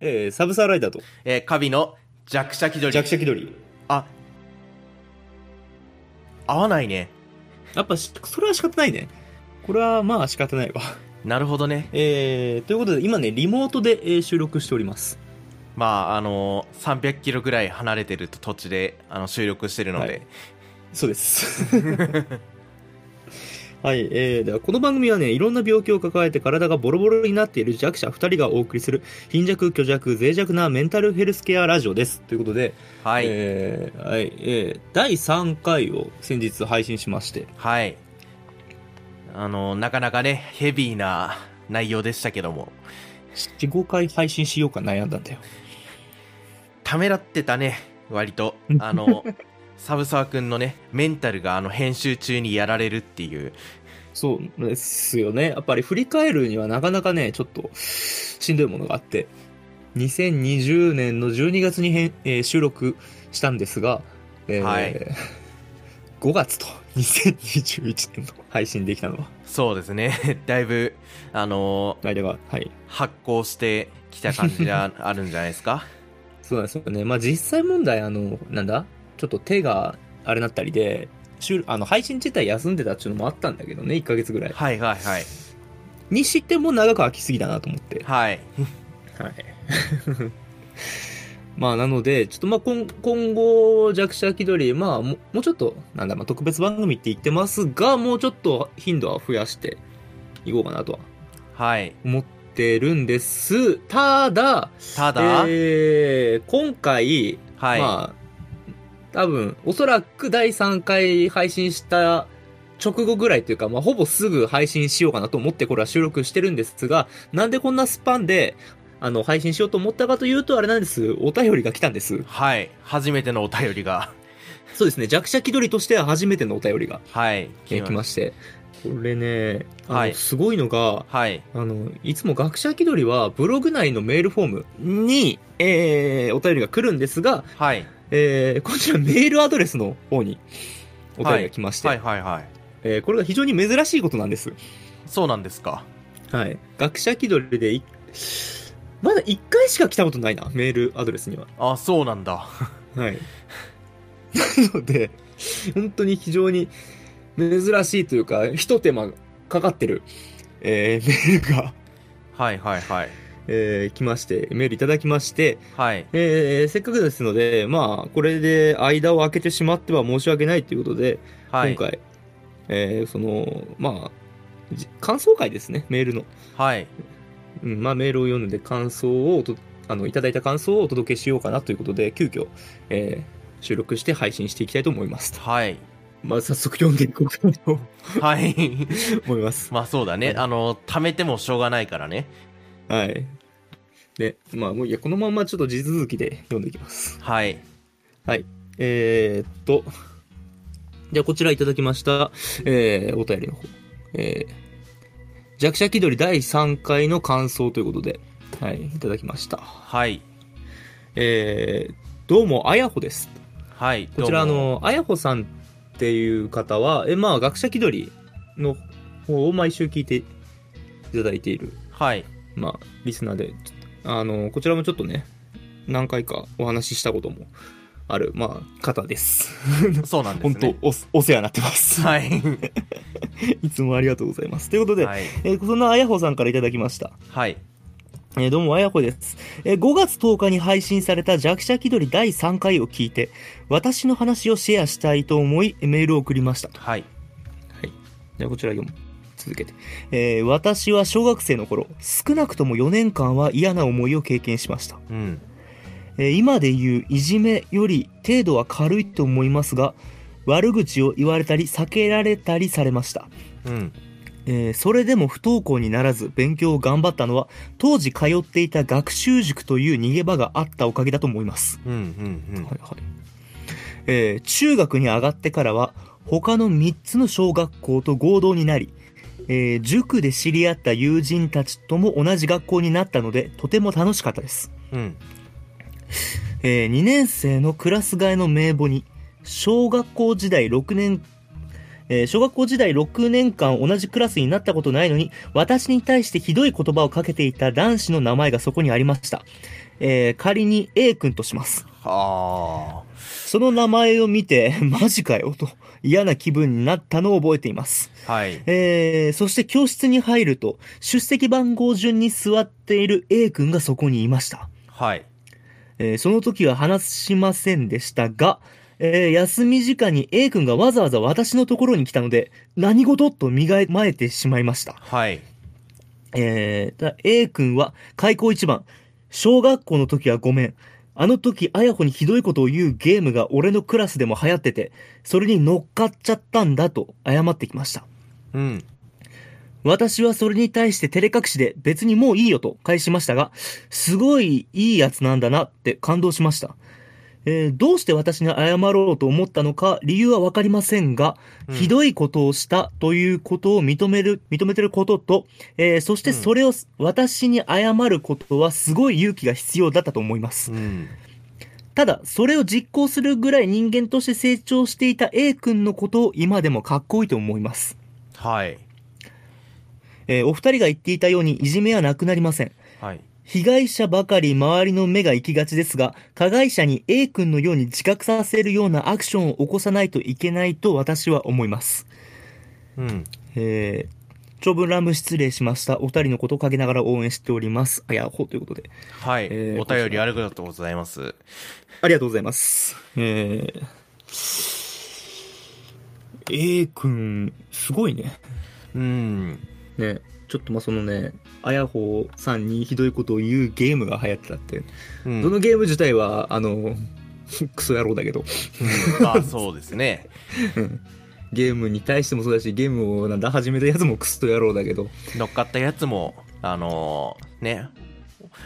えーサブサーライダーとえー、カビの弱者気取り弱。者気取り。あ、合わないね。やっぱし、それは仕方ないね。これはまあ仕方 ないわ。なるほどね。えー、ということで、今ね、リモートで、えー収録しております。まあ、あのー、300キロぐらい離れてる土地で、あの、収録してるので。はいそう です。はい、えー、ではこの番組はね、いろんな病気を抱えて体がボロボロになっている弱者2人がお送りする、貧弱、虚弱、脆弱なメンタルヘルスケアラジオです。ということで、はい。えーはい、えー第3回を先日配信しまして、はい。あのー、なかなかね、ヘビーな内容でしたけども。 4、5回配信しようか悩んだんだよ。ためらってたね、割と。あの ー、サブサワくんのね、メンタルがあの、編集中にやられるっていう。そうですよね。やっぱり振り返るにはなかなかね、ちょっとしんどいものがあって、2020年の12月に編、えー収録したんですが、えーはい 5月と2021年の 配信できたのは、そうですね。 だいぶ、あのー、間が、はい。発行してきた感じがあるんじゃないで すか。そうなんですよね。まあ実際問題、あの、なんだちょっと手があれなったりで、収あの配信自体休んでたっていうのもあったんだけどね、1ヶ月ぐらい。はいはいはい。にしても長く空きすぎだなと思って。はい。はい。 まあ、なので、ちょっとまあ今、今後、弱者気取り、まあも、もうちょっと、なんだ、まあ、特別番組って言ってますが、もうちょっと頻度は増やしていこうかなとははい。思ってるんです。ただ、ただ、えー今回、はい、まあ、多分、おそらく第3回配信した直後ぐらいというか、まあ、ほぼすぐ配信しようかなと思ってこれは収録してるんですが、なんでこんなスパンで、あの、配信しようと思ったかというと、あれなんです。お便りが来たんです。はい。初めてのお便 りが。そうですね。弱者気取りとしては初めてのお便りがはい。えー来まして。これね、あの、はいすごいのが、はい。あの、いつも学者気取りはブログ内のメールフォームに、えーお便りが来るんですが、はい。えーこちらメールアドレスの方にお便りが来まして、はいはいはい。えーこれが非常に珍しいことなんです。そうなんですか。はい。学者気取りでい、まだ1回しか来たことないな、メールアドレスには。あ、そうなんだ。はい。なので、本当に非常に珍しいというか、一手間かかってる、えーメールが、はいはいはい。えー来まして、メールいただきまして、はい。えーせっかくですので、まあ、これで間を空けてしまっては申し訳ないということで、はい今。回、えーその、まあ、じ感想会ですね、メールの。はい。うん、まあ、メールを読んで感想をと、あの、いただいた感想をお届けしようかなということで、急遽、えー収録して配信していきたいと思います。はい。まあ、早速読んでいこうかなとはい。 思います。まあそうだね。はいあの、貯めてもしょうがないからね。はい。で、まあ、もういいや、このままちょっと地続きで読んでいきます。はい。えーっと、じゃあこちらいただきました、えーお便りの方。えー弱者気取り第3回の感想ということで、はい、いただきました。はい。えーどうも、あやほです。はい。こちら、あどうも、の、あやほさんっていう方は、え、まあ、学者気取りの方を毎週聞いていただいている、はい。まあ、リスナーで、ちょっとあの、こちらもちょっとね、何回かお話ししたこともある、まあ、方です。そうなんで本す当、ね。おお世話になってます。はい。 いつもありがとうございます。ということで、はい。えーそんなあやほさんからいただきました。はい。えーどうも、あやほです。えー5月10日に配信された弱者気取り第3回を聞いて、私の話をシェアしたいと思い、メールを送りました。はい。じゃあ、こちら読む。続けて、えー私は小学生の頃、少なくとも4年間は嫌な思いを経験しました。うん。えー今で言ういじめより程度は軽いと思いますが、悪口を言われたり避けられたりされました。うん。えーそれでも不登校にならず勉強を頑張ったのは当時通っていた学習塾という逃げ場があったおかげだと思います、うん。うん。はいはいえー中学に上がってからは他の3つの小学校と合同になり、えー塾で知り合った友人たちとも同じ学校になったのでとても楽しかったです、うん。うん。え2年生のクラス替えの名簿に小学校時代6年えー小学校時代6年間同じクラスになったことないのに、私に対してひどい言葉をかけていた男子の名前がそこにありました。えー仮に A 君とします。はその名前を見て、 マジかよと嫌な気分になったのを覚えています。あ。はい。えーそして教室に入ると、出席番号順に座っている A 君がそこにいました。はい。えーその時は話しませんでしたが、えー休み時間に A 君がわざわざ私のところに来たので、何事と身構えてしまいました。はい。えーただ A 君は開口一番、小学校の時はごめん。あの時、あやほにひどいことを言うゲームが俺のクラスでも流行ってて、それに乗っかっちゃったんだと謝ってきました。うん。私はそれに対して照れ隠しで別にもういいよと返しましたが、すごいいいやつなんだなって感動しました。えーどうして私に謝ろうと思ったのか理由はわかりませんが、うんひどいことをしたということを認める、認めてることと、えーそしてそれを私に謝ることはすごい勇気が必要だったと思います。うん。ただ、それを実行するぐらい人間として成長していた A 君のことを今でもかっこいいと思います。はい。えーお二人が言っていたようにいじめはなくなりません。はい。被害者ばかり周りの目が行きがちですが、加害者に A 君のように自覚させるようなアクションを起こさないといけないと私は思います。うん。えー、長文乱文失礼しました。お二人のことを陰ながら応援しております。あやほということで。はい。えーお便りありがとうございます。ありがとうございます。えー、A 君、すごいね。うん。ね、ちょっとまあそのね、あやほさんにひどいことを言うゲームが流行ってたって。うんどのゲーム自体は、あの、 クソ野郎だけど、うんまあそうですね。ゲームに対してもそうだし、ゲームをなんだ始めたやつもクソ野郎だけど、乗っかったやつも、あのーね、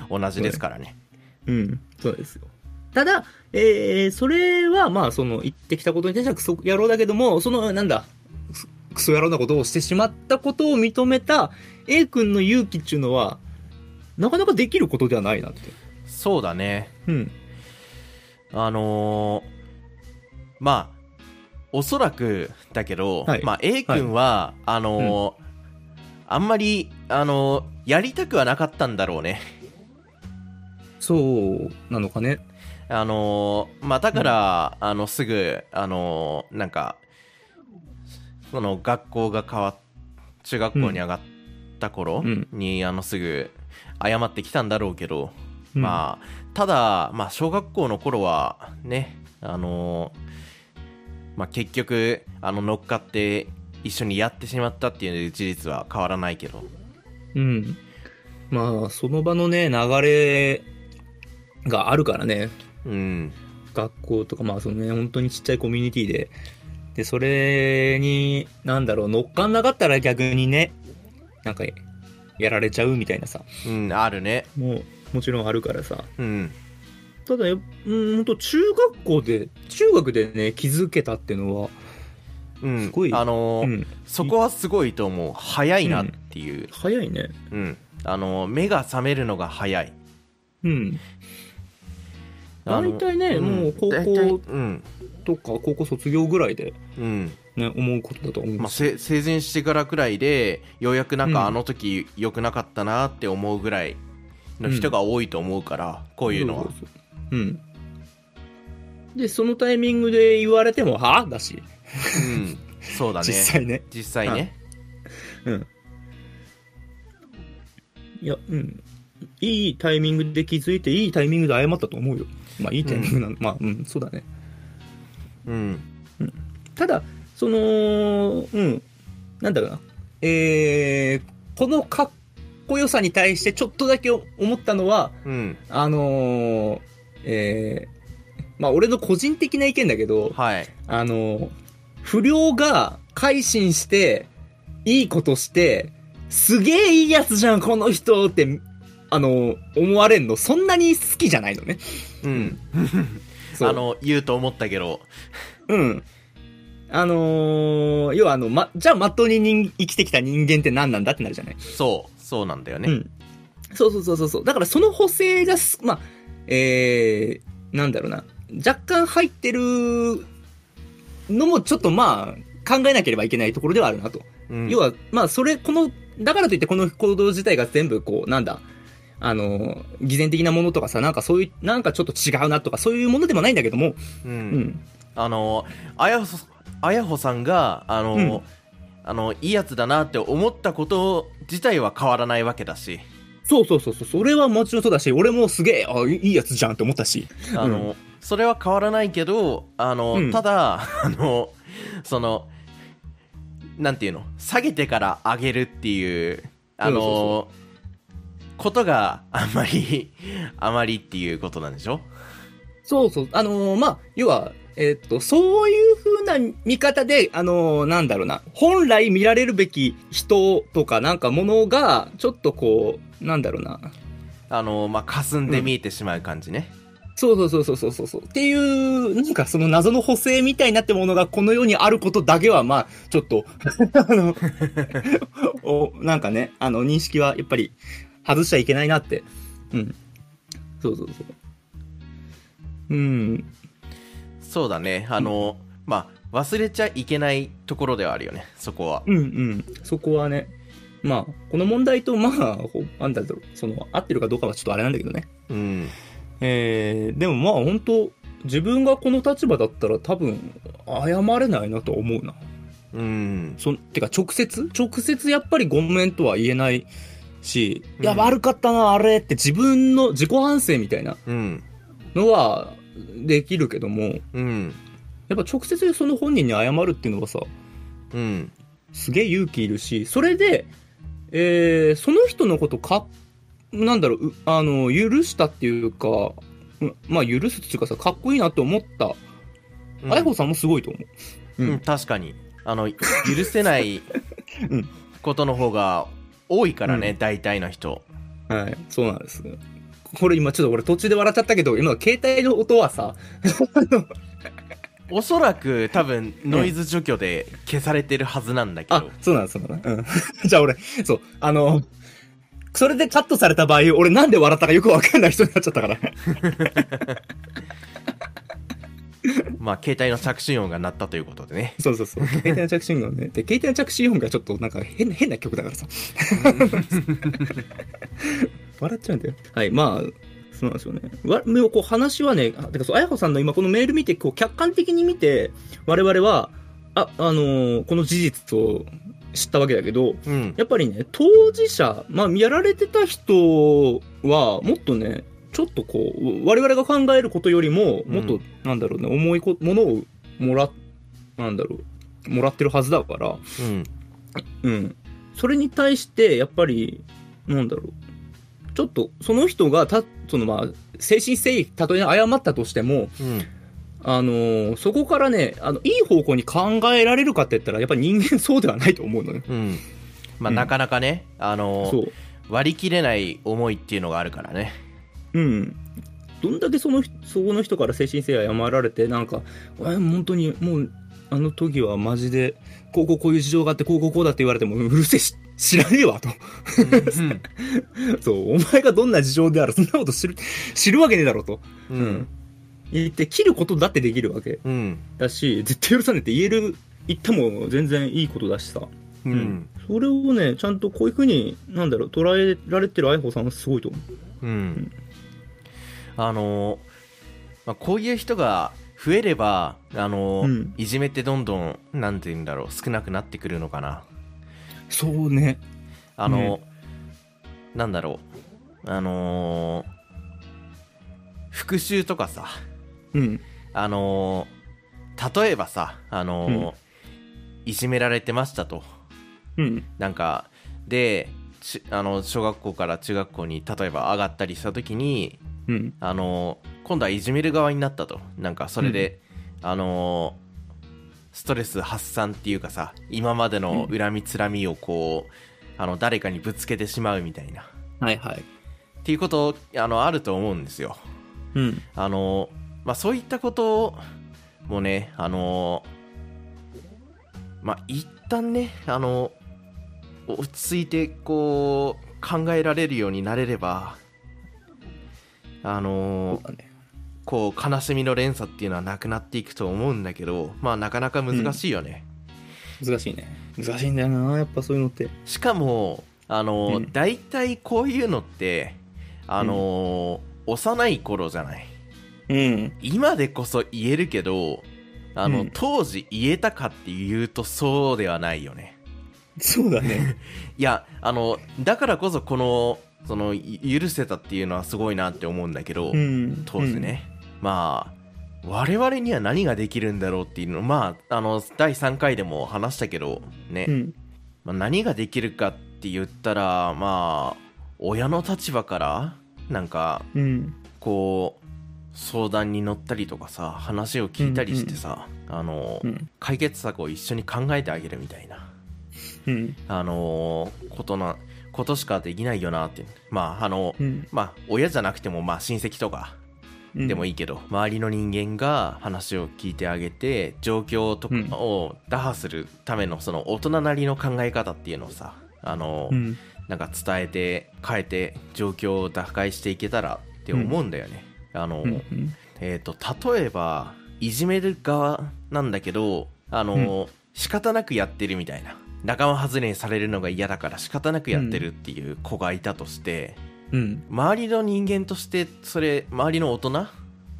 同じですからね。うん、そうですよ。ただ、えー、それは、まあ、その、言ってきたことに対してはクソ野郎だけども、その、なんだ、ククソ野郎なことをしてしまったことを認めた A 君の勇気っていうのは、なかなかできることではないなって。そうだね。うん。あのーまあ、おそらくだけど、はいまあ A 君は、あのーあんまり、あのーやりたくはなかったんだろうね。 そうなのかね。あのーまあだから、あのすぐあのーなんかその学校が変わっ中学校に上がった頃うんに、あのすぐ謝ってきたんだろうけど、うんまあただまあ小学校の頃はねあのーまあ結局あの乗っかって一緒にやってしまったっていう事実は変わらないけどうん。まあ、その場のね、流れがあるからね、うん学校とか、まあ、そのね、本当にちっちゃいコミュニティで、で、それに、なんだろう、乗っかんなかったら逆にね、なんか、やられちゃうみたいなさ、うんあるねもう、もちろんあるからさ。うんただ、やうん、本当中学校で、中学でね、気づけたっていうのは、うんすごいあのーうん、そこはすごいと思う早いなっていう、早いね。うんあの目が覚めるのが早いうん。あの大体ね、んもう高大体校うんとか、高校卒業ぐらいで、うんね、思うことだと思うしまあ、せ成人してからくらいでようやくなんうんかあの時良くなかったなって思うぐらいの人が多いと思うから、こういうのはそそそううん。で、そのタイミングで言われても、はだし、うんそうだ ね実際ね。実際ね、いや、うん。いいタイミングで気づいて、いいタイミングで謝ったと思うよ。まあ、いいタイミングなの。まあ、うん、そうだね。うんただ、その、うん、なんだろうな。えー、このかっこよさに対してちょっとだけ思ったのは、うんあのー、えー、まあ、俺の個人的な意見だけど、はいあの、不良が改心して、いいことして、すげえいいやつじゃん、この人って、あの、思われんの、そんなに好きじゃないのね。うんそうあ、の言うと思ったけどうん。あのー要はあの、ま、じゃあ、まっとうに人生きてきた人間って何なんだってなるじゃない。そうそうなんだよね、うん。そうそうそうそうそう。だからその補正がす、まあ、えー、なんだろうな。若干入ってるのもちょっとまあ、考えなければいけないところではあるなと。うん要は、まあ、それ、この、だからといって、この行動自体が全部、こう、なんだ、あの、偽善的なものとかさ、なんかそういう、なんかちょっと違うなとか、そういうものでもないんだけども、う、うんん。あのあやほあやほさんがあの、うんあのいいやつだなって思ったこと自体は変わらないわけだしそうそうそうそう、それはもちろんそうだし、俺もすげえ、あ、いいやつじゃんって思ったし。あの、それは変わらないけどあの、うんただ あのそのなんていうの下げてから上げるっていうあのそうそうことがあんまり あまりっていうことなんでしょそうそう、あのーまあ、要は、えーっと、そういう風な見方で、あのーなんだろうな、本来見られるべき人とかなんかものが、ちょっとこう、なんだろうな、あのまあ霞んで見えてしまう感じね、そうそうそうそうそうそう。っていう、なんかその謎の補正みたいになってものがこの世にあることだけは、まあ、ちょっと、 あの、おなんかね、あの、認識はやっぱり外しちゃいけないなって。うん。そうそうそう。うん。そうだねあの、まあ忘れちゃいけないところではあるよねそこはうんうん。そこはね、まあ、この問題と、まあ、ほなんだろう、その、合ってるかどうかはちょっとあれなんだけどね。うんえー、でもまあ、本当自分がこの立場だったら多分、謝れないなとは思うな。うんそんてか直接直接やっぱりごめんとは言えないし、いやうん悪かったなあれって自分の自己反省みたいなうんのはできるけどもうんやっぱ直接その本人に謝るっていうのはさうんすげえ勇気いるしそれで、えーその人のことかなんだろううあの許したっていうかうんまあ許すっていうかさかっこいいなと思ったうんあやほさんもすごいと思う。うんうん、確かにあの許せないんことの方が多いからね、大体の人はい、そうなんです。これ今ちょっと俺途中で笑っちゃったけど、今の携帯の音はさ、おそらく多分ノイズ除去で消されてるはずなんだけあど、、そうなんです、そうなん ですうん。じゃあ俺、そう、あの、それでカットされた場合、俺なんで笑ったかよくわかんない人になっちゃったから。 まあ携帯の着信音が鳴ったということでねそうそうそう。携帯の着信音ね。で、携帯の着信音がちょっとなんか変変な曲だから さ。笑っちゃうんだよ。はい、まあ、そうなんですよね。わもうこう話はね、あてかそう、あやほさんの今このメール見て、こう客観的に見て、我々は、あ、あのーこの事実を知ったわけだけど、うんやっぱりね、当事者、まあ、やられてた人は、もっとね、ちょっとこう、我々が考えることよりも、うんもっと、なんだろうね、重いこものをもら、なんだろう、もらってるはずだから、うんうん。それに対して、やっぱり、なんだろう、ちょっと、その人がた、そのまあ、精神性、たとえ誤ったとしても、うんあのーそこからね、あの、いい方向に考えられるかって言ったら、やっぱり人間そうではないと思うのよ。うんまあ、うんなかなかねあのそう。割り切れない思いっていうのがあるか らねうん。どんだけその人そこの人から精神性が謝られてなんか「え本当にもうあの時はマジでこうこうこういう事情があってこうこうこうだ」って言われてもうるせえし知らねえわと うんそうお前がどんな事情であるそんなこと知る知るわけねえだろと、ううん言って切ることだってできるわけうんだし絶対許さねえって言える言っても全然いいことだしさうん、うんそれをねちゃんとこういうふうになんだろう捉えられてる愛穂さんはすごいと思うん、あのーまあ、こういう人が増えればあのーうんいじめってどんどんなんて言うんだろう少なくなってくるのかなうそうねあのーなんだろうあのー復讐とかさうんあのー例えばさあのーういじめられてましたとうんなんかでちあの小学校から中学校に例えば上がったりした時にうんあの今度はいじめる側になったとなんかそれで、あのストレス発散っていうかさ今までの恨みつらみをこうあの誰かにぶつけてしまうみたいなはいはいっていうことあのあると思うんですようんあの、まあ、そういったこともねあのまあ一旦ねあの落ち着いてこう考えられるようになれればあのそうだねこう悲しみの連鎖っていうのはなくなっていくと思うんだけどまあなかなか難しいよね、難しいね。難しいんだよな、やっぱそういうのって。しかもあの、うん大体こういうのってあの、幼い頃じゃないうん。今でこそ言えるけどあの、うん当時言えたかっていうとそうではないよねそうだね。いやあのだからこそこのそのゆ許せたっていうのはすごいなって思うんだけど、うん。当時ね、まあ我々には何ができるんだろうっていうのまああの第3回でも話したけどね、うん。うん。まあ、何ができるかって言ったらまあ親の立場からなんかうん。こう相談に乗ったりとかさ話を聞いたりしてさ、あのうん。解決策を一緒に考えてあげるみたいなうん。あのことなことしかできないよなってまああのうん。まあ親じゃなくてもまあ親戚とかうん。でもいいけど、周りの人間が話を聞いてあげて状況とかを打破するためのその大人なりの考え方っていうのをさあの、うん。なんか伝えて変えて状況を打開していけたらって思うんだよね。あの、うん。うん。えっ、と例えばいじめる側なんだけどあの、仕方なくやってるみたいな仲間外れにされるのが嫌だから仕方なくやってるっていう子がいたとして。うん。周りの人間としてそれ周りの大人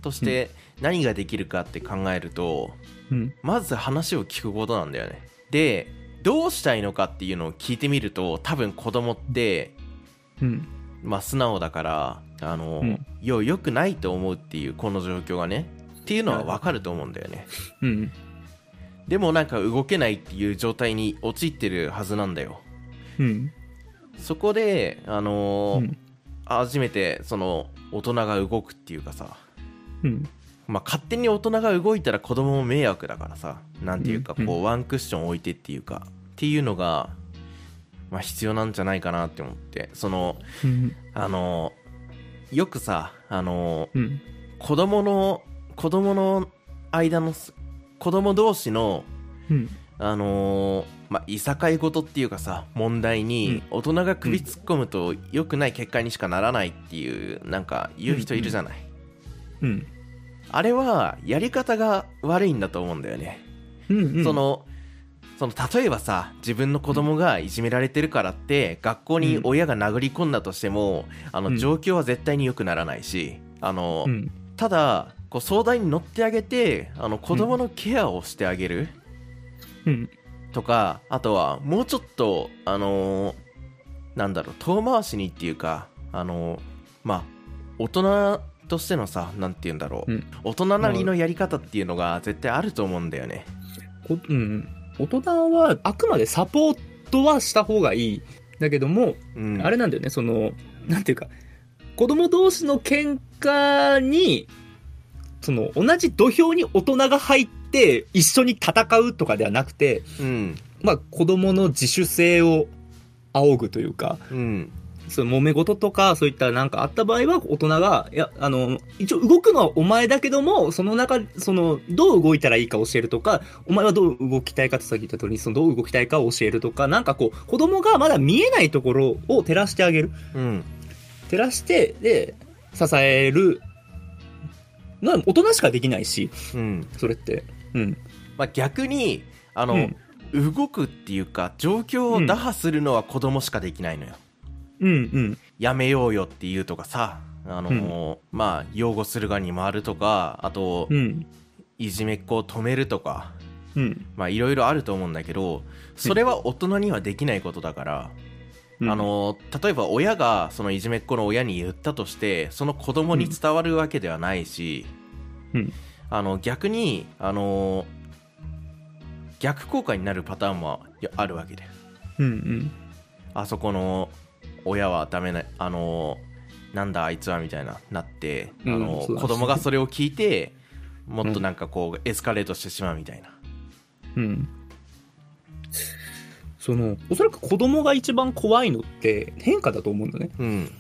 として何ができるかって考えると、うんまず話を聞くことなんだよねでどうしたいのかっていうのを聞いてみると多分子供ってうん。まあ素直だからあの、うんよよくないと思うっていうこの状況がねっていうのは分かると思うんだよねうん。でもなんか動けないっていう状態に陥ってるはずなんだようん。そこであのーうん初めてその大人が動くっていうかさうん。まあ、勝手に大人が動いたら子供も迷惑だからさなんていうかうんうんこうワンクッション置いてっていうかっていうのが、まあ、必要なんじゃないかなって思ってそのうん。あのよくさあのうん。子供の子供の間のす子供同士のうん。あのまあ、いさかい事っていうかさ問題に大人が首突っ込むと良くない結果にしかならないっていうなんか言う人いるじゃない、うん。あれはやり方が悪いんだと思うんだよね。うん。そ、のその例えばさ自分の子供がいじめられてるからって学校に親が殴り込んだとしても、あうのん状況は絶対に良くならないしあの、うん。ただこう相談に乗ってあげてあの子供のケアをしてあげるうん。とか、あとはもうちょっとあのなんだろう遠回しにっていうかあのまあ大人としてのさなんて言うんだろう、うん大人なりのやり方っていうのが絶対あると思うんだよね。こうん。大人はあくまでサポートはした方がいい。だけども、うん、あれなんだよね、その、なんていうか、子供同士の喧嘩に、その、同じ土俵に大人が入って、一緒に戦うとかではなくて、うんまあ、子供の自主性を仰ぐというか、うんそういう揉め事とか、そういったなんかあった場合は、大人が、いや、あの、一応動くのはお前だけども、その中、その、どう動いたらいいか教えるとか、お前はどう動きたいかってさっき言った通り、その、どう動きたいかを教えるとか、なんかこう、子供がまだ見えないところを照らしてあげる。うん照らして、で、支える。な、大人しかできないし、うんそれって。うん。まあ、逆にあの、動くっていうか状況を打破するのは子供しかできないのよ。うん、うん。やめようよっていうとかさあのーまあ擁護する側に回るとかあと、うん。いじめっ子を止めるとかうん。まあいろいろあると思うんだけどそれは大人にはできないことだから、うんあ、のー例えば親がそのいじめっ子の親に言ったとしてその子供に伝わるわけではないし、うんあの逆にあのー逆効果になるパターンもいやあるわけでうん、あそこの親はダメなあのなんだあいつはみたいななって、うんあのそうだ子供がそれを聞いてもっとなんかこうエスカレートしてしまうみたいな、うん。うん。その、おそらく子供が一番怖いのって変化だと思うんだね。うん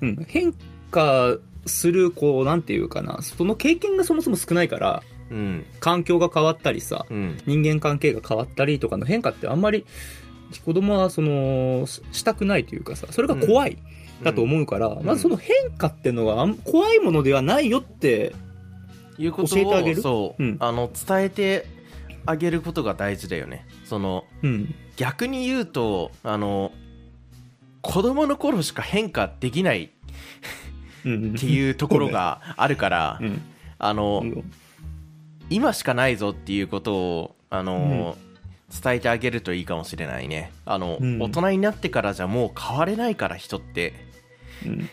うん。変化する、こう、なんていうかな、その経験がそもそも少ないから、うん環境が変わったりさ、うん人間関係が変わったりとかの変化ってあんまり子供はそのししたくないというかさそれが怖いだと思うから、んまずその変化ってのがあん怖いものではないよっていうことを教えてあげるそう、うんあの伝えて上げることが大事だよねそのうん。逆に言うとあの子供の頃しか変化できないっうん。ていうところがあるから、うん。あのうん今しかないぞっていうことをあの、伝えてあげるといいかもしれないねあの、うん大人になってからじゃもう変われないから人ってうん。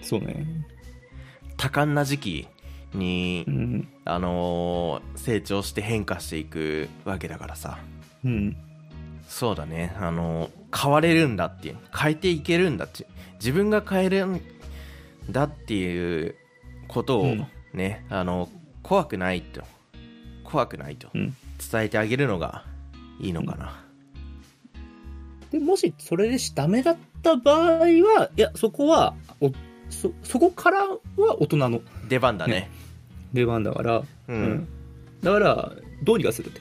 そうね。多感な時期に、うん。あの成長して変化していくわけだからさうん。そうだねあの変われるんだっていう変えていけるんだって自分が変えるんだっていうことうをんね、あの怖くないと怖くないとうん伝えてあげるのがいいのかな、で、もしそれでしダメだった場合は、いや、そこは、おそ、そこからは大人の出番だね出番だから、う、うんだから、どうにかするって。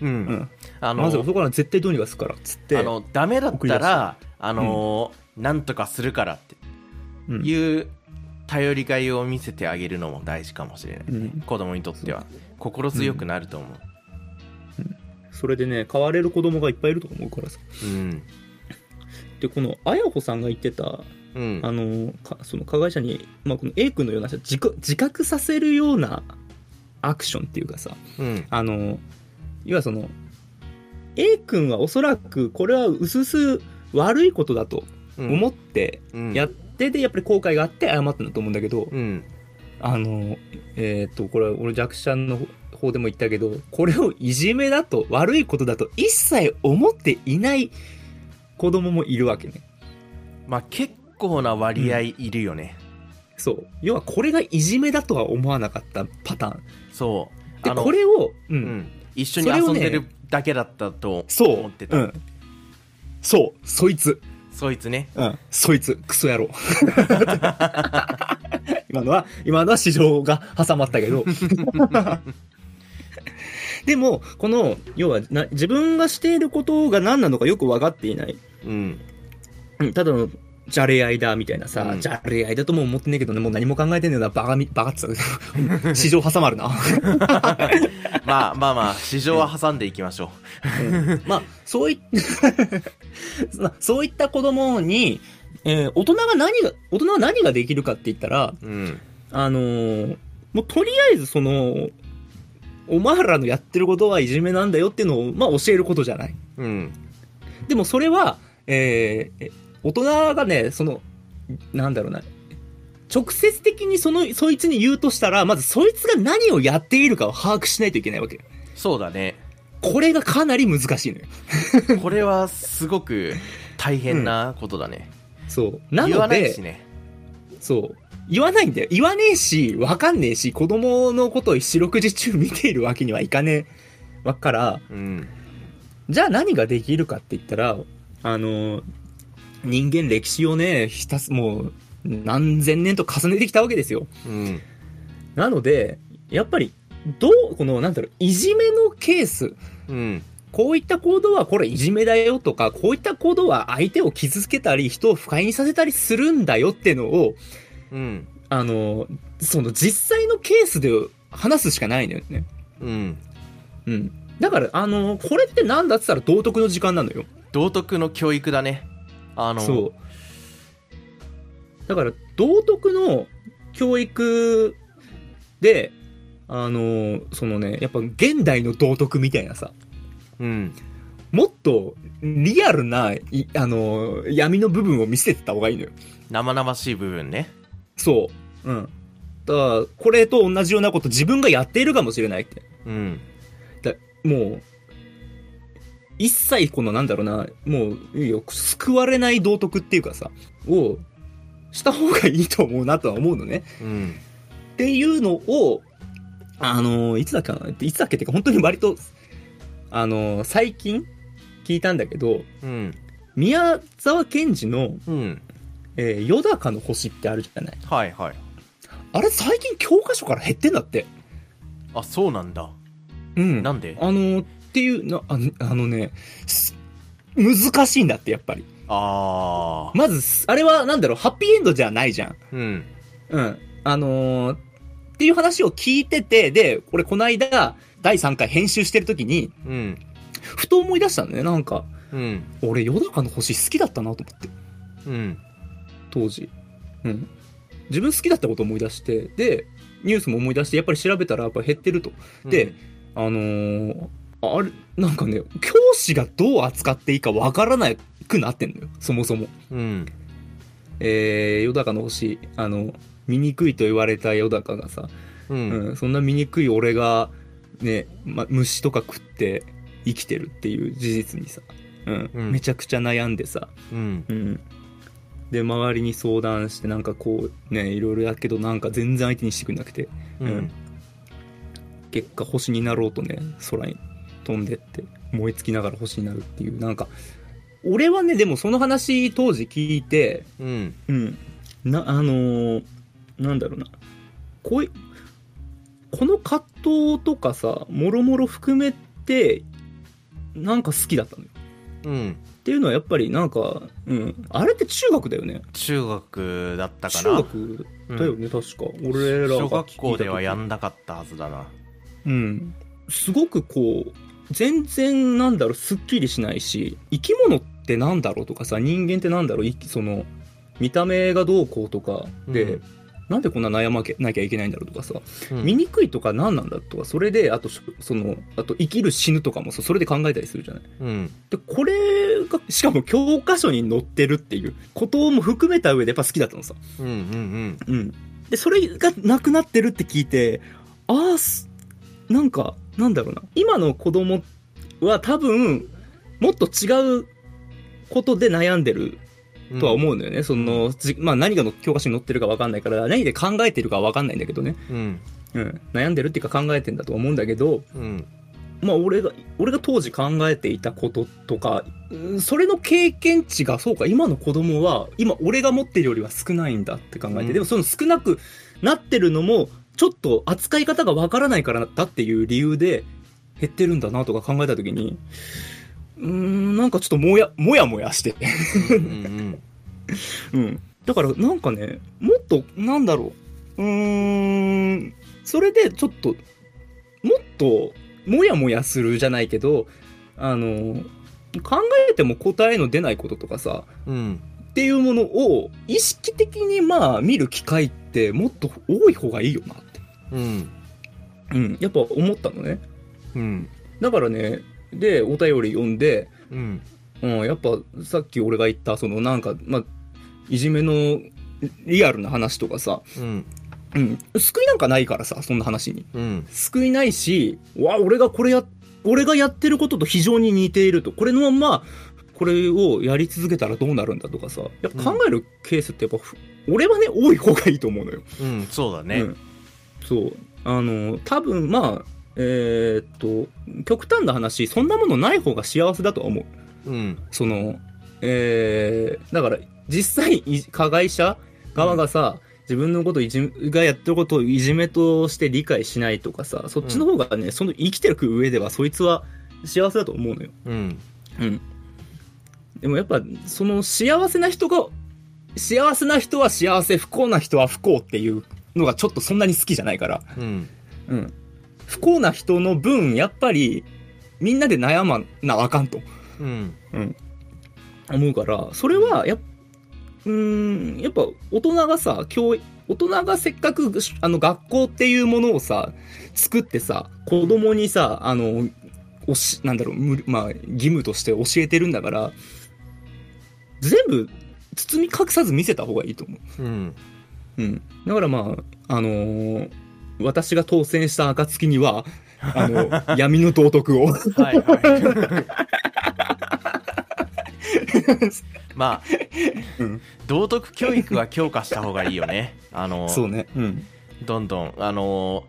うんうん。あのまずはそこから絶対どうにかするから、つって。あのダメだっ送りた出すらあの、なんとかするからってうん、いう頼りがいを見せてあげるのも大事かもしれない、うん子供にとっては心強くなると思うそれでね、変われる子供がいっぱいいると思うからさ。うんで、この、あやほさんが言ってた、うんあのかその加害者に、まあ、この A 君のような人自覚自覚させるようなアクションっていうかさうんあの要はその A 君はおそらくこれはうすうす悪いことだと思ってうんやってでやっぱり後悔があって謝ったんだと思うんだけどうんあのえっ、とこれ俺弱者の方でも言ったけどこれをいじめだと悪いことだと一切思っていない子供もいるわけね。まあ結構な割合いるよね、そう要はこれがいじめだとは思わなかったパターンそうであのこれを、ううんん、一緒にそれ遊をんねでるだけだったとそう思ってた、うんそうそいつ、そいつねうん、そいつクソ 野郎今のは今のは市場が挟まったけ どでもこの要はな自分がしていることが何なのかよく分かっていない、うんうん、ただのじゃれ合いだみたいなさ、うんじゃれ合いだとも思ってねえけどねもう何も考えてんのよなバカみバカって言ったけ ど市場挟まるなまあまあまあ市場は挟んでいきましょうんまあ、そういっ、 まあそういった子供に、えー大人が何が、大人は何ができるかって言ったら、ううんあのーもうとりあえずその、お前らのやってることはいじめなんだよっていうのを、まあ教えることじゃない。うんでもそれは、えーえ大人がね、その、なんだろうな、直接的にその、そいつに言うとしたら、まずそいつが何をやっているかを把握しないといけないわけよ。そうだねこれがかなり難しいのよ。これはすごく大変なことだね、そう。なので、言わないしねそう。言わないんだよ。言わねえし、わかんねえし、子供のことを四六時中見ているわけにはいかねえ。わっから、うんじゃあ何ができるかって言ったら、あの、人間歴史をね、ひたす、もう、何千年と重ねてきたわけですよ。うんなので、やっぱり、どう、この、なんだろう、いじめのケース、うんこういった行動はこれいじめだよとか、こういった行動は相手を傷つけたり、人を不快にさせたりするんだよってのを、うんあの、その実際のケースで話すしかないのよね。うんうん。だから、あの、これって何だって言ったら道徳の時間なのよ。道徳の教育だねあのそう。だから、道徳の教育で、あの、そのね、やっぱ現代の道徳みたいなさ、うんもっとリアルな、いあの、闇の部分を見せてた方がいいのよ。生々しい部分ねそう。うん。だから、これと同じようなこと自分がやっているかもしれないって。うんもう、一切このなんだろうな、もう、いいよ救われない道徳っていうかさ、をした方がいいと思うなとは思うのね。うんっていうのを、あのーいつだっけかな、いつだっけっていうか、本当に割と、あのー最近聞いたんだけど、うん宮沢賢治の、うんえー、夜高の星ってあるじゃない。はいはいあれ最近教科書から減ってんだって。あそうなんだうん。なんであのーっていうなあの、あのね、す難しいんだって、やっぱり。あーまずす、あれは、なんだろう、ハッピーエンドじゃないじゃん。うんうん。あのーっていう話を聞いてて、で、俺この間、第3回編集してる時に、うんふと思い出したんだね、なんか。うん俺、ヨダカの星好きだったなと思って、うん当時。うん。自分好きだったことを思い出して、で、ニュースも思い出して、やっぱり調べたら、やっぱり減ってると。であのーあれ、なんかね、教師がどう扱っていいかわからなくなってんのよ、そもそも。うんえー、ヨダカの星、あの、醜いと言われたヨダカがさ、うんうんうん、そんな醜い俺が、ね、ま、虫とか食って生きてるっていう事実にさ、うんうんめちゃくちゃ悩んでさ、うんうん、で周りに相談してなんかこうねいろいろやけどなんか全然相手にしてくれなくてうん結果星になろうとね空に飛んでって燃え尽きながら星になるっていうなんか俺はねでもその話当時聞いてうんうん。な、あのーなんだろうな。こうい、この葛藤とかさ、もろもろ含めて、なんか好きだったのよ。うんっていうのはやっぱりなんか、うん。あれって中学だよね。中学だったか中な学だよね、確か。俺らが聞いた時小学校ではやんなかったはずだなうん。すごくこう、全然なんだろう、すっきりしないし、生き物ってなんだろうとかさ、人間ってなんだろう、いその、見た目がどうこうとかで、うんなんでこんな悩まなきゃいけないんだろうとかさ、うん醜いとか何なんだとか、それで、あと、その、あと生きる死ぬとかもさそれで考えたりするじゃない。うんで、これが、しかも教科書に載ってるっていうことも含めた上でやっぱ好きだったのさ。うんうんうん。で、それがなくなってるって聞いて、ああ、すなんか、なんだろうな。今の子供は多分、もっと違うことで悩んでるうんとは思うんだよね。その、じまあ何がの教科書に載ってるか分かんないから、何で考えてるか分かんないんだけどね。うんうん。悩んでるっていうか考えてんだと思うんだけど、うんまあ俺が、俺が当時考えていたこととか、うんそれの経験値が、そうか、今の子供は、今俺が持ってるよりは少ないんだって考えて、うんでもその少なくなってるのも、ちょっと扱い方がわからないからだっていう理由で減ってるんだなとか考えた時に、うーん、なんかちょっともや、もやもやして。うんうんうん。だからなんかね、もっと、なんだろう。うーん、それでちょっと、もっと、もやもやするじゃないけど、あの、考えても答えの出ないこととかさ、うんっていうものを意識的にまあ見る機会ってもっと多い方がいいよなって。うんうん、やっぱ思ったのね。うんだからね、で、お便り読んで、うんうん、やっぱさっき俺が言った、そのなんか、まあ、いじめのリアルな話とかさ、うんうん、救いなんかないからさ、そんな話に。うん救いないし、うわ、俺がこれや、俺がやってることと非常に似ていると。これのまんま、これをやり続けたらどうなるんだとかさ。やっぱ考えるケースってやっぱ、ふ俺はね、多い方がいいと思うのよ。うんそうだうねんそう。あの、多分まあ、えーっと、極端な話、そんなものない方が幸せだとは思う。うんその、えーだから、実際、い加害者側がさ、自分のこといじめがやってることをいじめとして理解しないとかさ、そっちの方がね、その生きてる上ではそいつは幸せだと思うのよ。うんうん。でもやっぱ、その幸せな人が、幸せな人は幸せ、不幸な人は不幸っていうのがちょっとそんなに好きじゃないから。うんうん。不幸な人の分、やっぱり、みんなで悩まなあかんと。うん思うからそれはやっうーんやっぱ大人がさ教育大人がせっかくしあの学校っていうものをさ作ってさ子供にさあのおしなんだろうむまあ義務として教えてるんだから全部包み隠さず見せた方がいいと思うんう、うん、だからまああのー私が当選した暁にはあ の闇の道徳をはいはいまあ、うん道徳教育は強化した方がいいよねあのそうねうんどんどんあの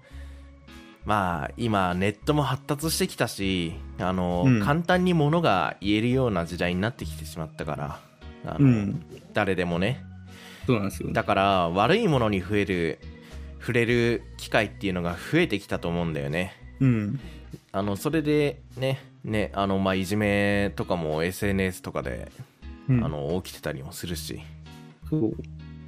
まあ今ネットも発達してきたしあの、うん簡単にものが言えるような時代になってきてしまったからあの、うん誰でもねそうなんですよだから悪いものに増える触れる機会っていうのが増えてきたと思うんだよねうんあのそれでねねあのまあいじめとかも SNS とかで、うんあの起きてたりもするしそう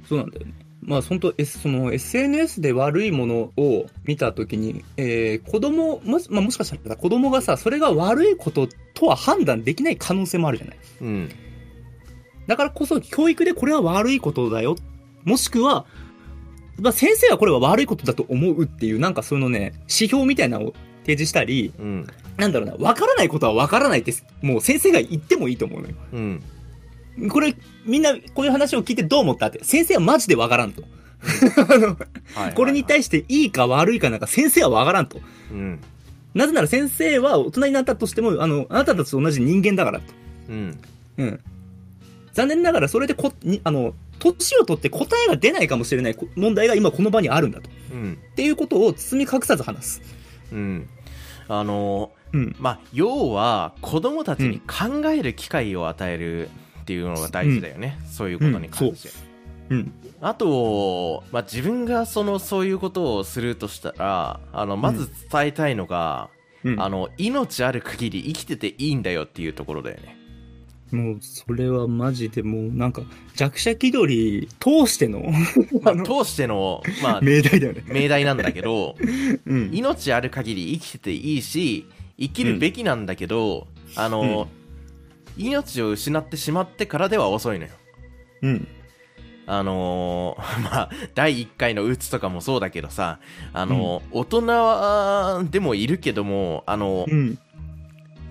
そうなんだよねまあ、本当、S、その SNS で悪いものを見たときに、えー、子供、もし、まあ、もしかしたら子供がさ、それが悪いこととは判断できない可能性もあるじゃない。うんだからこそ、教育でこれは悪いことだよ。もしくは、まあ、先生はこれは悪いことだと思うっていう、なんかそのね、指標みたいなのを提示したり、うんなんだろうな、わからないことはわからないって、もう先生が言ってもいいと思うのよ。うんこれ、みんな、こういう話を聞いてどう思ったって、先生はマジでわからんと。あのはいこれに対ししていいか悪いかなんか先生はわからんと。てうんなぜなら先生は大人になったとしても、あの、あなたたちと同じ人間だからと。うんうん。残念ながらそれでこ、にあの、年を取って答えが出ないかもしれないこ問題が今この場にあるんだと。っうんていうことを包み隠さず話す。うんあのうん。まあ要は子供たちに考える機会を与えるっていうのが大事だよね、そういうことに関して、うん。あと、まあ、自分がそのそういうことをするとしたらあのまず伝えたいのが、うんあの命ある限り生きてていいんだよっていうところだよねもう、それはマジでもう、なんか、弱者気取り通してのまああの通しての、まあ、命題だよね。命題なんだけど うん。命ある限り生きてていいし生きるべきなんだけど、あの、命を失ってしまってからでは遅いのようん。あの ーまあ第1回のうつとかもそうだけどさあのー、大人はでもいるけどもあのー、うん。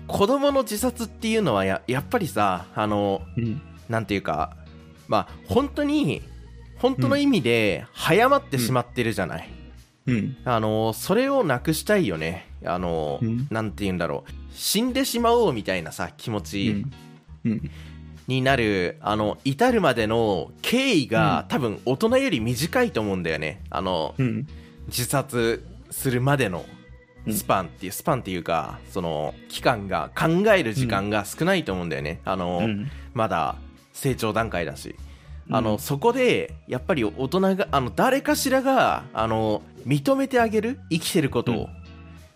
子供の自殺っていうのはややっぱりさあのうん。ー、なんていうかまあ本当に本当の意味で早まってしまってるじゃない、うん。あのー、それをなくしたいよねあのー、うんなんて言うんだろう死んでしまおうみたいなさ気持ち、うん。になるあの至るまでの経緯が、多分大人より短いと思うんだよねあのうん。自殺するまでのうんスパンっていう、スパンっていうかその期間が考える時間が少ないと思うんだよね、あの、うん。まだ成長段階だしうんあの、そこでやっぱり大人があの誰かしらがあの認めてあげる生きてることを、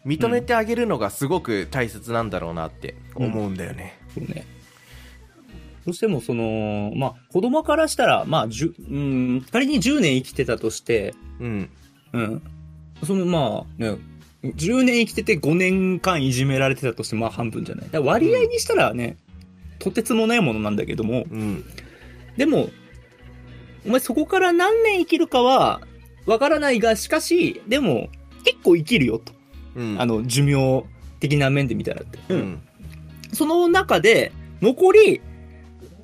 認めてあげるのがすごく大切なんだろうなって思うんだよね、そうね。どうしてもその、まあ、子供からしたら、まあ、じゅ、うん、仮に10年生きてたとして、うんうん。その、まあ、ね、10年生きてて5年間いじめられてたとして、まあ半分じゃない。だから割合にしたらね、とてつもないものなんだけども、うんでも、お前そこから何年生きるかは、わからないが、しかし、でも、結構生きるよと。うんあの、寿命的な面で見たらって。ううんんその中で、残り、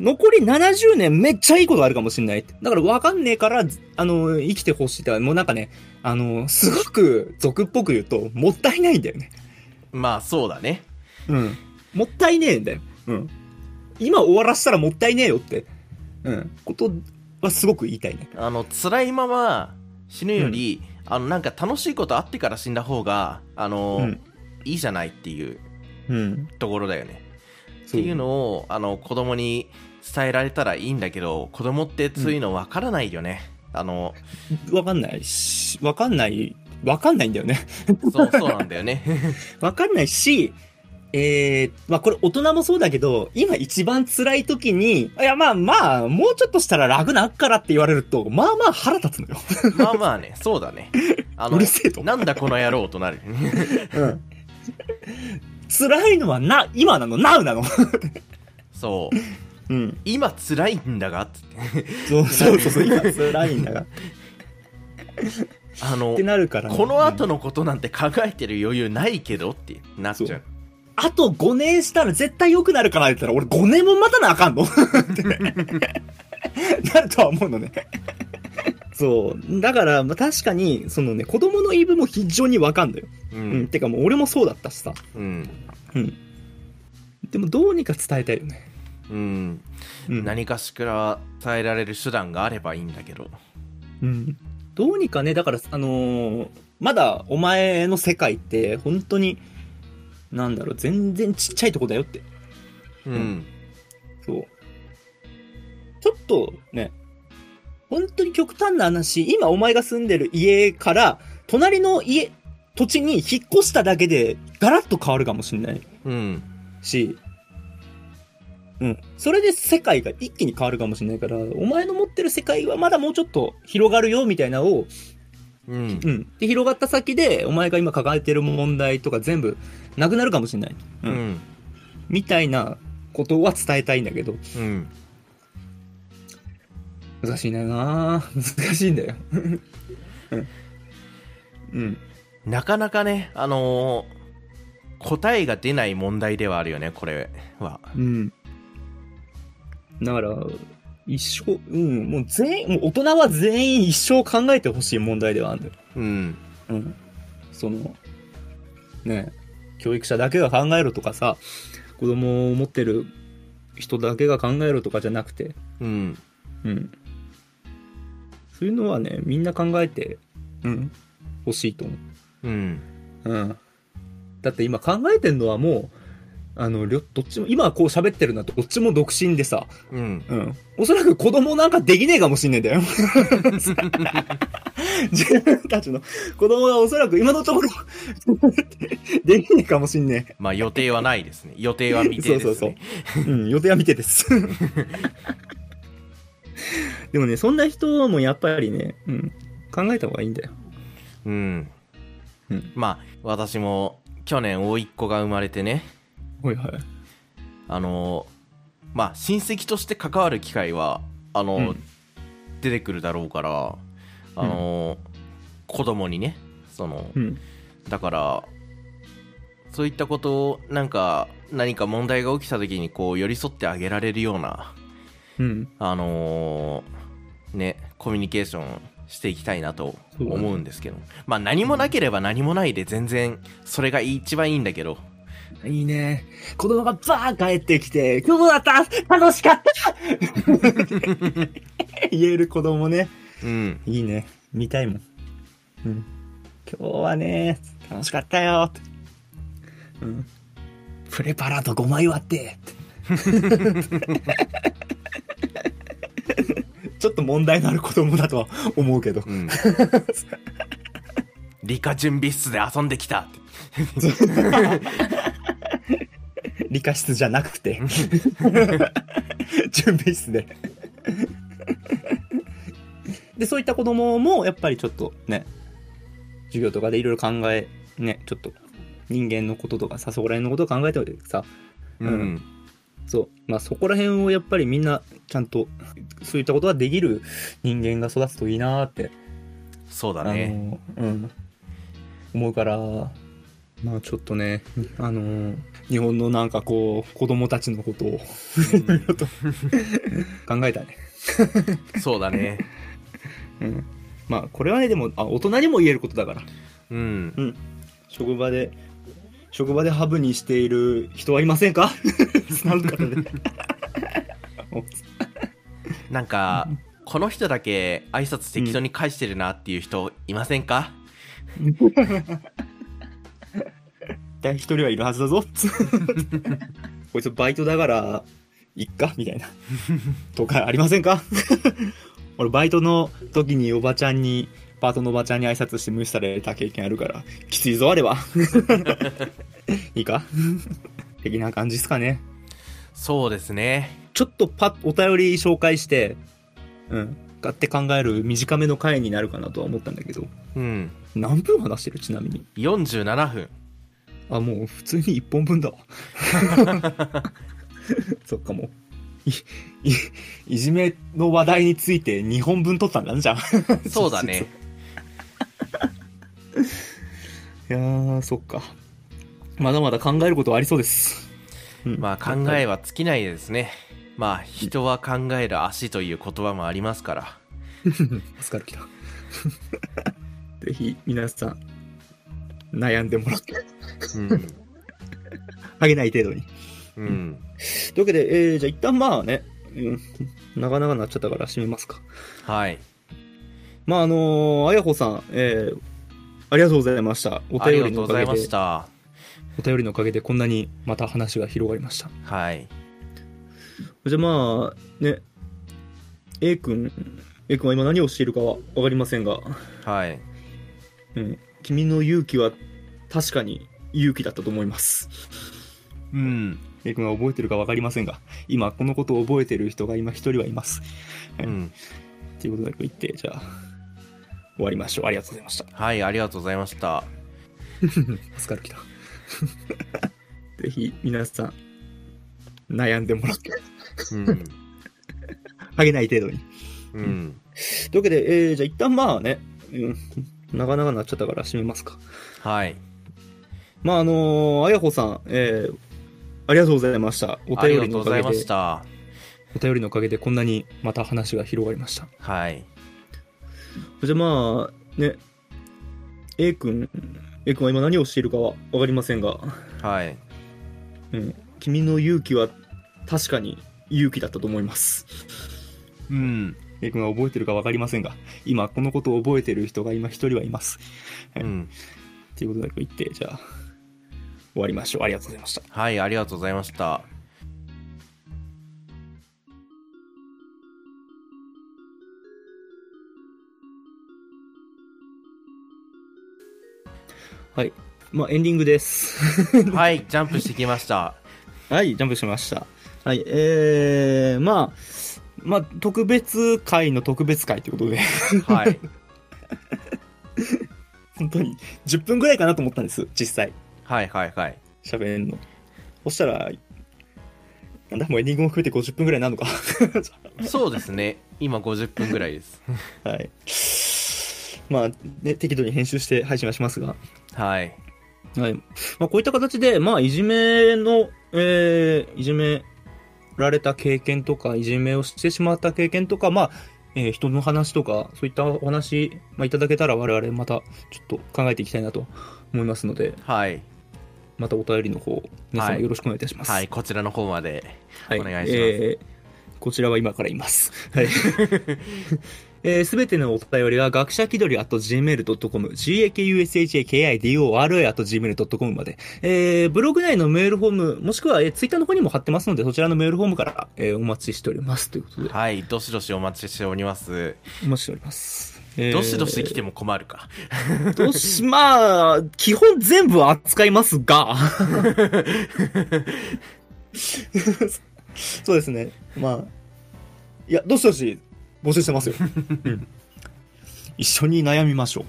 残り70年めっちゃいいことあるかもしれないって。だからわかんねえから、あの、生きてほしいって。もうなんかね、あの、すごく俗っぽく言うと、もったいないんだよね。まあそうだね。うん。もったいねえんだよ。うん。今終わらせたらもったいねえよって。うん。ことはすごく言いたいね。あの辛いまま死ぬより、あのなんか楽しいことあってから死んだ方があの、うんいいじゃないっていううん。ところだよね。っっていうのをあの子供に伝えられたらいいんだけど子供ってそういうの分からないよね。あのわかんないし、わかんない、わかんないんだよね。そうそうなんだよね。 わかんないし、えー、まあこれ大人もそうだけど、今一番辛い時に、いやまあまあ、もうちょっとしたら楽なっからって言われると、まあまあ腹立つのよ。まあまあねそうだね。あうのるせえと。なんだこの野郎となる。 うん。辛いのはな、今なの、なうなの。そううん。今辛いんだがっつってそうそうそうそう、今辛いん だが。っあのてなるからね、この後のことなんて考えてる余裕ないけどってなっちゃう。あと5年したら絶対良くなるからって言ったら、俺5年も待たなあかんのってなるとは思うのね。そう。だから、まあ、確かに、そのね、子供の言い分も非常にわかんだよ。ううんん。てかもう俺もそうだったしさ。うんでもどうにか伝えたいよね。うん、うん。何かしら伝えられる手段があればいいんだけどうん。どうにかね、だから、あのーまだお前の世界って、本当に、なんだろう、全然ちっちゃいとこだよって。うん、んそう。ちょっとね、本当に極端な話、今お前が住んでる家から、隣の家、土地に引っ越しただけで、ガラッと変わるかもしれないうんし、うん。それで世界が一気に変わるかもしれないから、お前の持ってる世界はまだもうちょっと広がるよ、みたいなのを、うんう。ん。で、広がった先で、お前が今抱えてる問題とか全部なくなるかもしれない。ううんん。みたいなことは伝えたいんだけど、うん。難しいんだよな難しいんだよ。うん。なかなかね、あのー答えが出ない問題ではあるよね、これは。うん。だから、一生、うん、もう全員、もう大人は全員一生考えてほしい問題ではあるんだよ。うん。うん。その、ねえ教育者だけが考えろとかさ、子供を持ってる人だけが考えろとかじゃなくて、うん。うん。そういうのはね、みんな考えて、うん、欲しいと思うん。う。うん。だって今考えてんのはもう、あの、りょどっちも、今こう喋ってるのはどっちも独身でさ、うん。うん。おそらく子供なんかできねえかもしんねえん だよ。自分たちの子供がおそらく今のところできねえかもしんねまあ予定はな いですね。予定は未定ですね。そうそうえ。うん、予定は見てです。でもね、そんな人もやっぱりね、うん、考えた方がいいんだよ。うん。うんまあ私も去年甥っ子が生まれてね、はいはい。あのーまあ親戚として関わる機会は、あのーうん出てくるだろうから、あのー子供にね、その、うん。だからそういったことをなんか何か問題が起きた時にこう寄り添ってあげられるようなうん。あのーねコミュニケーションしていきたいなと思うんですけど、まあ何もなければ何もないで全然それが一番いいんだけどいいね。子供がバー帰ってきて、今日だった楽しかった言える子供ね。うんいいね。見たいもん。うん。今日はね、楽しかったよって。うん。プレパラート5枚割って。 ってちょっと問題のある子供だとは思うけど。うん理科準備室で遊んできたって理科室じゃなく て。準備室で。で、そういった子供も、やっぱりちょっとね、授業とかでいろいろ考え、ね、ちょっと人間のこととかさ、そこら辺のことを考えておいてさ、うん、うんそう。まあそこら辺をやっぱりみんなちゃんとそういったことができる人間が育つといいなーって、そうだあねの、うん、思うから、まあちょっとね、あのー日本のなんかこう、子供たちのことを考えたね。うんそうだねうん。まあこれはね、でも、あ、大人にも言えることだから。うんうん。職場で、職場でハブにしている人はいませんか なるから ね。なんかこの人だけ挨拶適当に返してるなっていう人いませんか、絶対一人はいるはずだぞこいつバイトだからいっかみたいなとかありませんか俺バイトの時におばちゃんにパートのおばちゃんに挨拶して無視された経験あるからきついぞあれはいいか的な感じですかねそうですねちょっとパッお便り紹介してうん買って考える短めの回になるかなとは思ったんだけどうん何分話してるちなみに47分 あ、もう普通に1本分 だわ。そっかもう。い、い、いじめの話題について2本分取ったんだね、じゃあ。 そうだねいやー、そっか。まだまだ考えることはありそうです。うんまあ考えは尽きないですねまあ人は考える足という言葉もありますからマスカル来た。 ぜひ、皆さん、悩んでもらって、うん、あげない程度に。うん、というわけで、えー、じゃあ一旦まあね、うん、長々なっちゃったから閉めますか。はいまああのーあやほさん、えーありがとうございました。 おあり便がりのとうおごかざいげまでし、たお便りのおかげでこんなにまた話が広がりました。はいじゃあまあ、ね、A 君、A 君は今何をしているかはわかりませんが、はいうん、君の勇気は確かに勇気だったと思います。うん、 A 君は覚えてるか分かりませんが、今このことを覚えてる人が今一人はいます。うん、ということだけ言って、じゃあ、終わりましょう。ありがとうございました。はいありがとうございましたパスカル来た。 ぜひ、皆さん、悩んでもらって、うん、あげない程度に。うん、というわけで、えーじゃあ一旦まあね、うん、長々なっちゃったから閉めますか。はいまああのーあやほさん、えーありがとうございました。 おあり便がりのとうおごかざいげまでし、たお便りのおかげでこんなにまた話が広がりました。はいじゃあまあ、ね、A 君、A 君は今何をしているかはわかりませんが、はいうん、君の勇気は確かに勇気だったと思います。うん A 君は覚えてるかわかりませんが、今このことを覚えてる人が今一人はいます。うんということだけ言って、じゃあ、終わりましょう。ありがとうございました。はいありがとうござい ましたまあエンディングです。はいジャンプしてきました はい、ジャンプしました。はい、えー、まあ、まあ、特別会の特別会ということで、 はい本当に10分ぐらいかなと思ったんです、実際、はいはいはい喋るの。そしたら、なんだ、もうエンディングも含めて50分ぐらいになるのか。 そうですね今50分ぐらいですはい。まあ、ね、適度に編集して配信はしますが、はいはい。まあ、こういった形で、まあ、いじめの、えーいじめられた経験とか、いじめをしてしまった経験とか、まあ、えー人の話とか、そういったお話、まあ、いただけたら我々またちょっと考えていきたいなと思いますので、はいまたお便りの方、皆様はいよろしくお願いいたします。はい、こちらの方まではお願いしますえーこちらは今から言い ます。はい。 えーすべてのお便りは、学者気取り at gmail.com、gakushakidori at gmail.com まで、えーブログ内のメールフォーム、もしくは、えーツイッターの方にも貼ってますので、そちらのメールフォームから、えーお待ちしております。ということで、はいどしどしお待ちしておりますお待ちしております。えーどしどし来ても困るかどし、まあ、基本全部扱いますが。 そうですね。まあ。いや、どしどし募集して ますよ。一緒に悩みましょ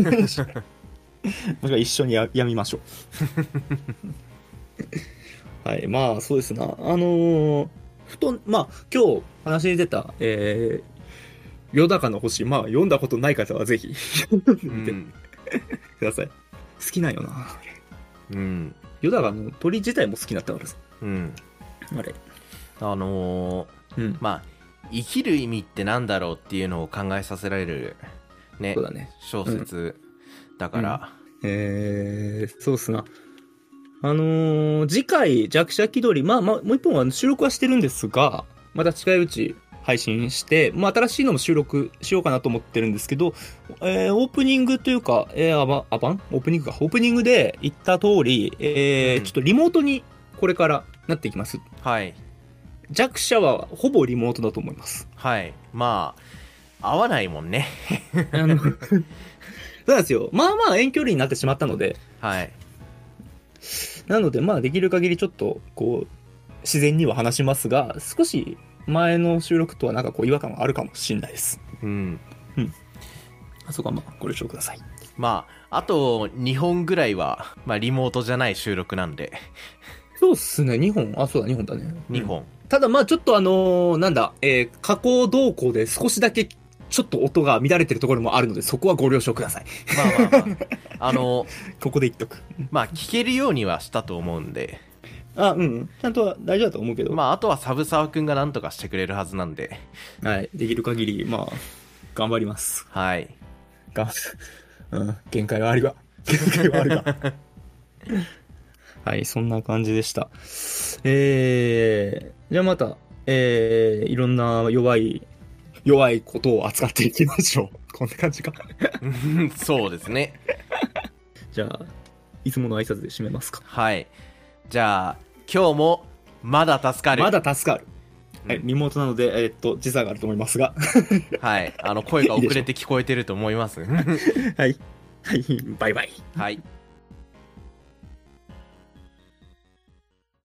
う。 もしくは一緒にややみましょ う。はい、まあ、そうですな。あのーふと、まあ、今日話に出た、えー、夜中の星、まあ、読んだことない方はぜひ、うん、ください。好きなんよな。うんヨダがもう鳥自体も好きになったからさ。うん、あれ。あのーうん。まあ生きる意味ってなんだろうっていうのを考えさせられるねそうだね。小説だから、えー、そうっすな。あのー次回、弱者気取り、まあまあ、もう一本は収録はしてるんですが、また近いうち配信して、まあ新しいのも収録しようかなと思ってるんですけど、えーオープニングというか、えー、アバ、アバンオープニングか。オープニングで言った通り、えーうんちょっとリモートにこれからなっていきます。はい弱者はほぼリモートだと思います。はいまあ合わないもんねあの、 そうなんですよ。まあまあ遠距離になってしまったので、はいなのでまあできる限りちょっと、こう、自然には話しますが、少し前の収録とはなんかこう違和感はあるかもしれないです。うんあそこはまあご了承ください。まああと2本ぐらいは、まあ、リモートじゃない収録なんでそうっすね、2本。あ、そうだ、2本だね。 2本、ただまあちょっとあのーなんだ、えー、加工動向で少しだけちょっと音が乱れてるところもあるので、そこはご了承ください。まあまあまああのここで言っとく。まあ聞けるようにはしたと思うんであ、うん。ちゃんとは大丈夫だと思うけど。まああとはサブサワくんがなんとかしてくれるはずなんではい。できる限り、まあ、頑張ります。はい が、うん、限界はあるが。限界はあるが。 はい、そんな感じでした。えー、じゃあまた、えー、いろんな弱い、弱いことを扱っていきましょう。 こんな感じか。うんそうですねじゃあ、いつもの挨拶で締めますか。はいじゃあ今日もまだ助かるまだ助かる。はい、うんリモートなので、えーっと、時差があると思いますが。 はいあの声が遅れて聞こえてると思いますはい。はい、バイバイ。はい